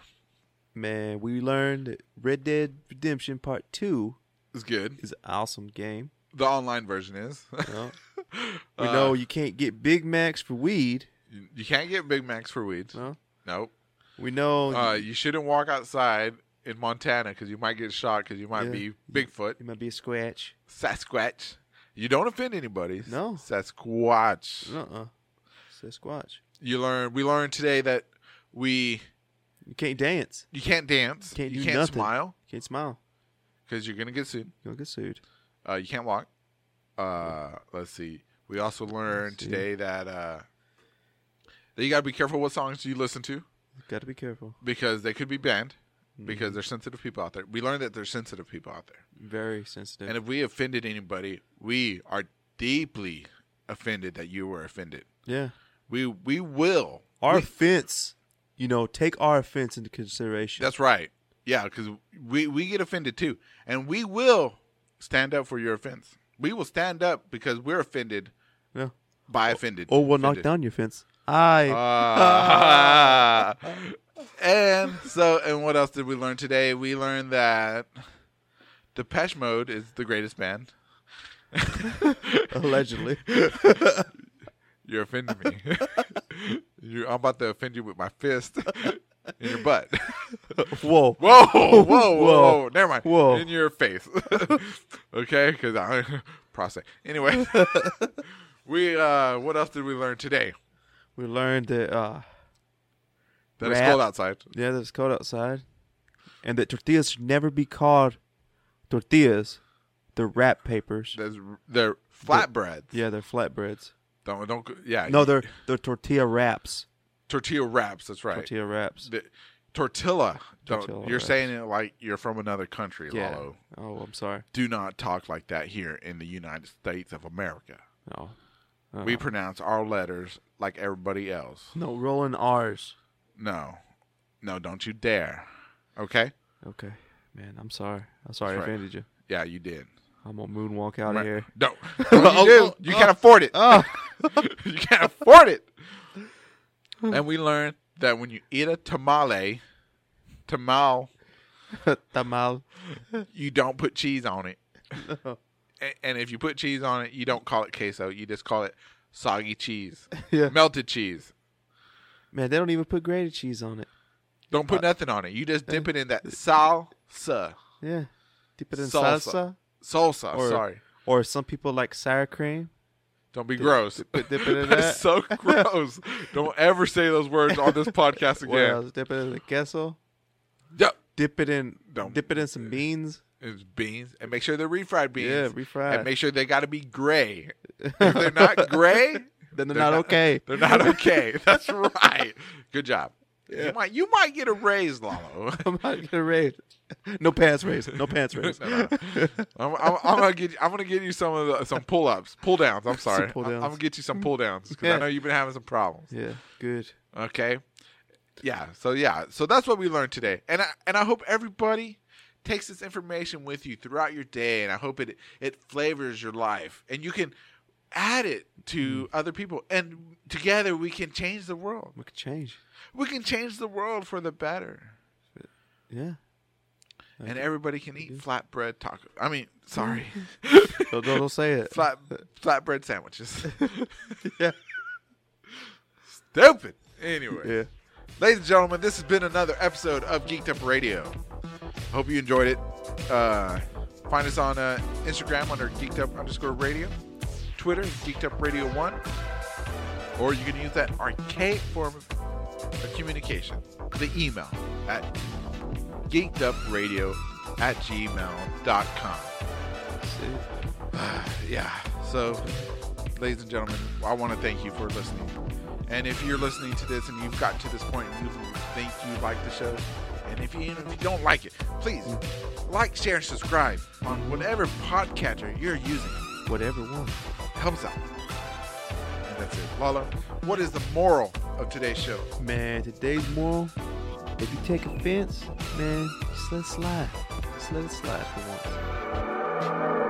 S5: Man, we learned that Red Dead Redemption Part Two
S1: It's good.
S5: is an awesome game.
S1: The online version is. Uh.
S5: You know, we know you can't get Big Macs for weed,
S1: You- You can't get Big Macs for weeds.
S5: No,
S1: Nope.
S5: we know
S1: Uh, you shouldn't walk outside in Montana because you might get shot because you might
S5: Yeah.
S1: be Bigfoot,
S5: it might be a scratch.
S1: Sasquatch. You don't offend anybody.
S5: No.
S1: Sasquatch.
S5: Uh uh Sasquatch.
S1: You learn. We learned today that we
S5: You can't dance.
S1: you can't dance.
S5: You can't
S1: you
S5: do
S1: can't
S5: nothing.
S1: smile
S5: You can't smile.
S1: because you're gonna get sued.
S5: You'll get sued.
S1: Uh, you can't walk. Uh, let's see. We also learned
S5: see.
S1: today that uh, that you gotta be careful what songs you listen to
S5: Got to be careful.
S1: because they could be banned because
S5: Mm-hmm.
S1: there's sensitive people out there. We learned that there's sensitive people out there,
S5: Very sensitive.
S1: and if we offended anybody, we are deeply offended that you were offended.
S5: yeah.
S1: We we will.
S5: Our
S1: we-
S5: offense, you know, take our offense into consideration.
S1: that's right. Yeah, because we we get offended too, and we will stand up for your offense. We will stand up because we're offended
S5: yeah.
S1: by offended.
S5: Or Oh, we'll knock
S1: Offended. Uh,
S5: down your fence. I.
S1: Ah. and so, and what else did we learn today? We learned that Depeche Mode is the greatest band.
S5: allegedly.
S1: You're offending me. you, I'm about to offend you with my fist in your butt.
S5: Whoa.
S1: Whoa, whoa, whoa,
S5: Whoa.
S1: whoa. Never mind.
S5: Whoa.
S1: In your face. okay, because I prostate. Anyway, we uh, what else did we learn today?
S5: We learned that, uh,
S1: That it's
S5: Rap.
S1: cold outside.
S5: yeah, that it's cold outside. And that tortillas should never be called tortillas. They're wrap papers.
S1: There's they're flatbreads.
S5: yeah, they're flatbreads.
S1: Don't don't yeah.
S5: No, they're they're tortilla wraps.
S1: tortilla wraps. That's right.
S5: Tortilla wraps.
S1: The, tortilla. Don't
S5: Tortilla
S1: you're
S5: wraps.
S1: saying it like you're from another country,
S5: Yeah.
S1: Lalo.
S5: Oh, I'm sorry.
S1: Do not talk like that here in the United States of America.
S5: No.
S1: We pronounce our letters like everybody else.
S5: No, rolling R's.
S1: No, no, don't you dare. Okay?
S5: Okay, man, I'm sorry. I'm sorry I
S1: That's right.
S5: offended you.
S1: Yeah, you did.
S5: I'm gonna moonwalk out
S1: Right.
S5: of here.
S1: No, Don't you, do.
S5: oh,
S1: you can't afford it.
S5: Oh,
S1: you can't afford it. and we learned that when you eat a tamale, tamal,
S5: tamal.
S1: you don't put cheese on it. A- And if you put cheese on it, you don't call it queso. You just call it soggy cheese,
S5: Yeah.
S1: melted cheese.
S5: Man, they don't even put grated cheese on it.
S1: Don't put nothing on it. You just dip it in that salsa,
S5: Yeah, dip it in
S1: Salsa.
S5: salsa,
S1: salsa.
S5: Or-
S1: sorry,
S5: or some people like sour cream.
S1: don't be gross.
S5: Put dip it in that.
S1: That's so gross. Don't ever say those words on this podcast
S5: What
S1: again.
S5: else? Dip it in the queso.
S1: Yep.
S5: Dip it in.
S1: Don't-
S5: Dip it in some beans.
S1: It's beans, and make sure they're refried beans.
S5: Yeah, refried.
S1: And make sure they got to be gray. If they're not gray,
S5: Then they're not okay.
S1: They're not okay. That's right. Good job. You might you might get a raise, Lalo.
S5: I'm not gonna raise. No pants raise. No pants raise.
S1: No, no, no. I'm, I'm, I'm gonna get you- I'm gonna get you some of the, some pull ups, pull downs. I'm sorry.
S5: pull
S1: I'm,
S5: downs.
S1: I'm gonna get you some pull downs because I
S5: Yeah.
S1: know you've been having some problems.
S5: yeah, good.
S1: Okay. Yeah. So yeah. So that's what we learned today, and I and I hope everybody takes this information with you throughout your day, and I hope it it flavors your life, and you can add it to other people, and together we can change the world.
S5: We could change.
S1: We can change the world for the better,
S5: Yeah.
S1: and everybody can eat flatbread tacos. I mean, sorry,
S5: No, no, don't say it.
S1: flat flatbread sandwiches.
S5: Yeah.
S1: Stupid. Anyway.
S5: Yeah.
S1: Ladies and gentlemen, this has been another episode of Geeked Up Radio. Hope you enjoyed it. Uh, find us on uh, Instagram under Geeked Up underscore Radio, Twitter Geeked Up Radio One, or you can use that archaic form of communication, the email at geekedupradio at gmail.com.
S5: See?
S1: Yeah. So, ladies and gentlemen, I want to thank you for listening. And if you're listening to this and you've gotten to this point and you think you like the show, and if you, if you don't like it, please like, share, and subscribe on whatever podcatcher you're using.
S5: Whatever one.
S1: Helps out. And that's it. Lala, what is the moral of today's show?
S5: Man, today's moral, if you take offense, man, just let it slide. Just let it slide for once.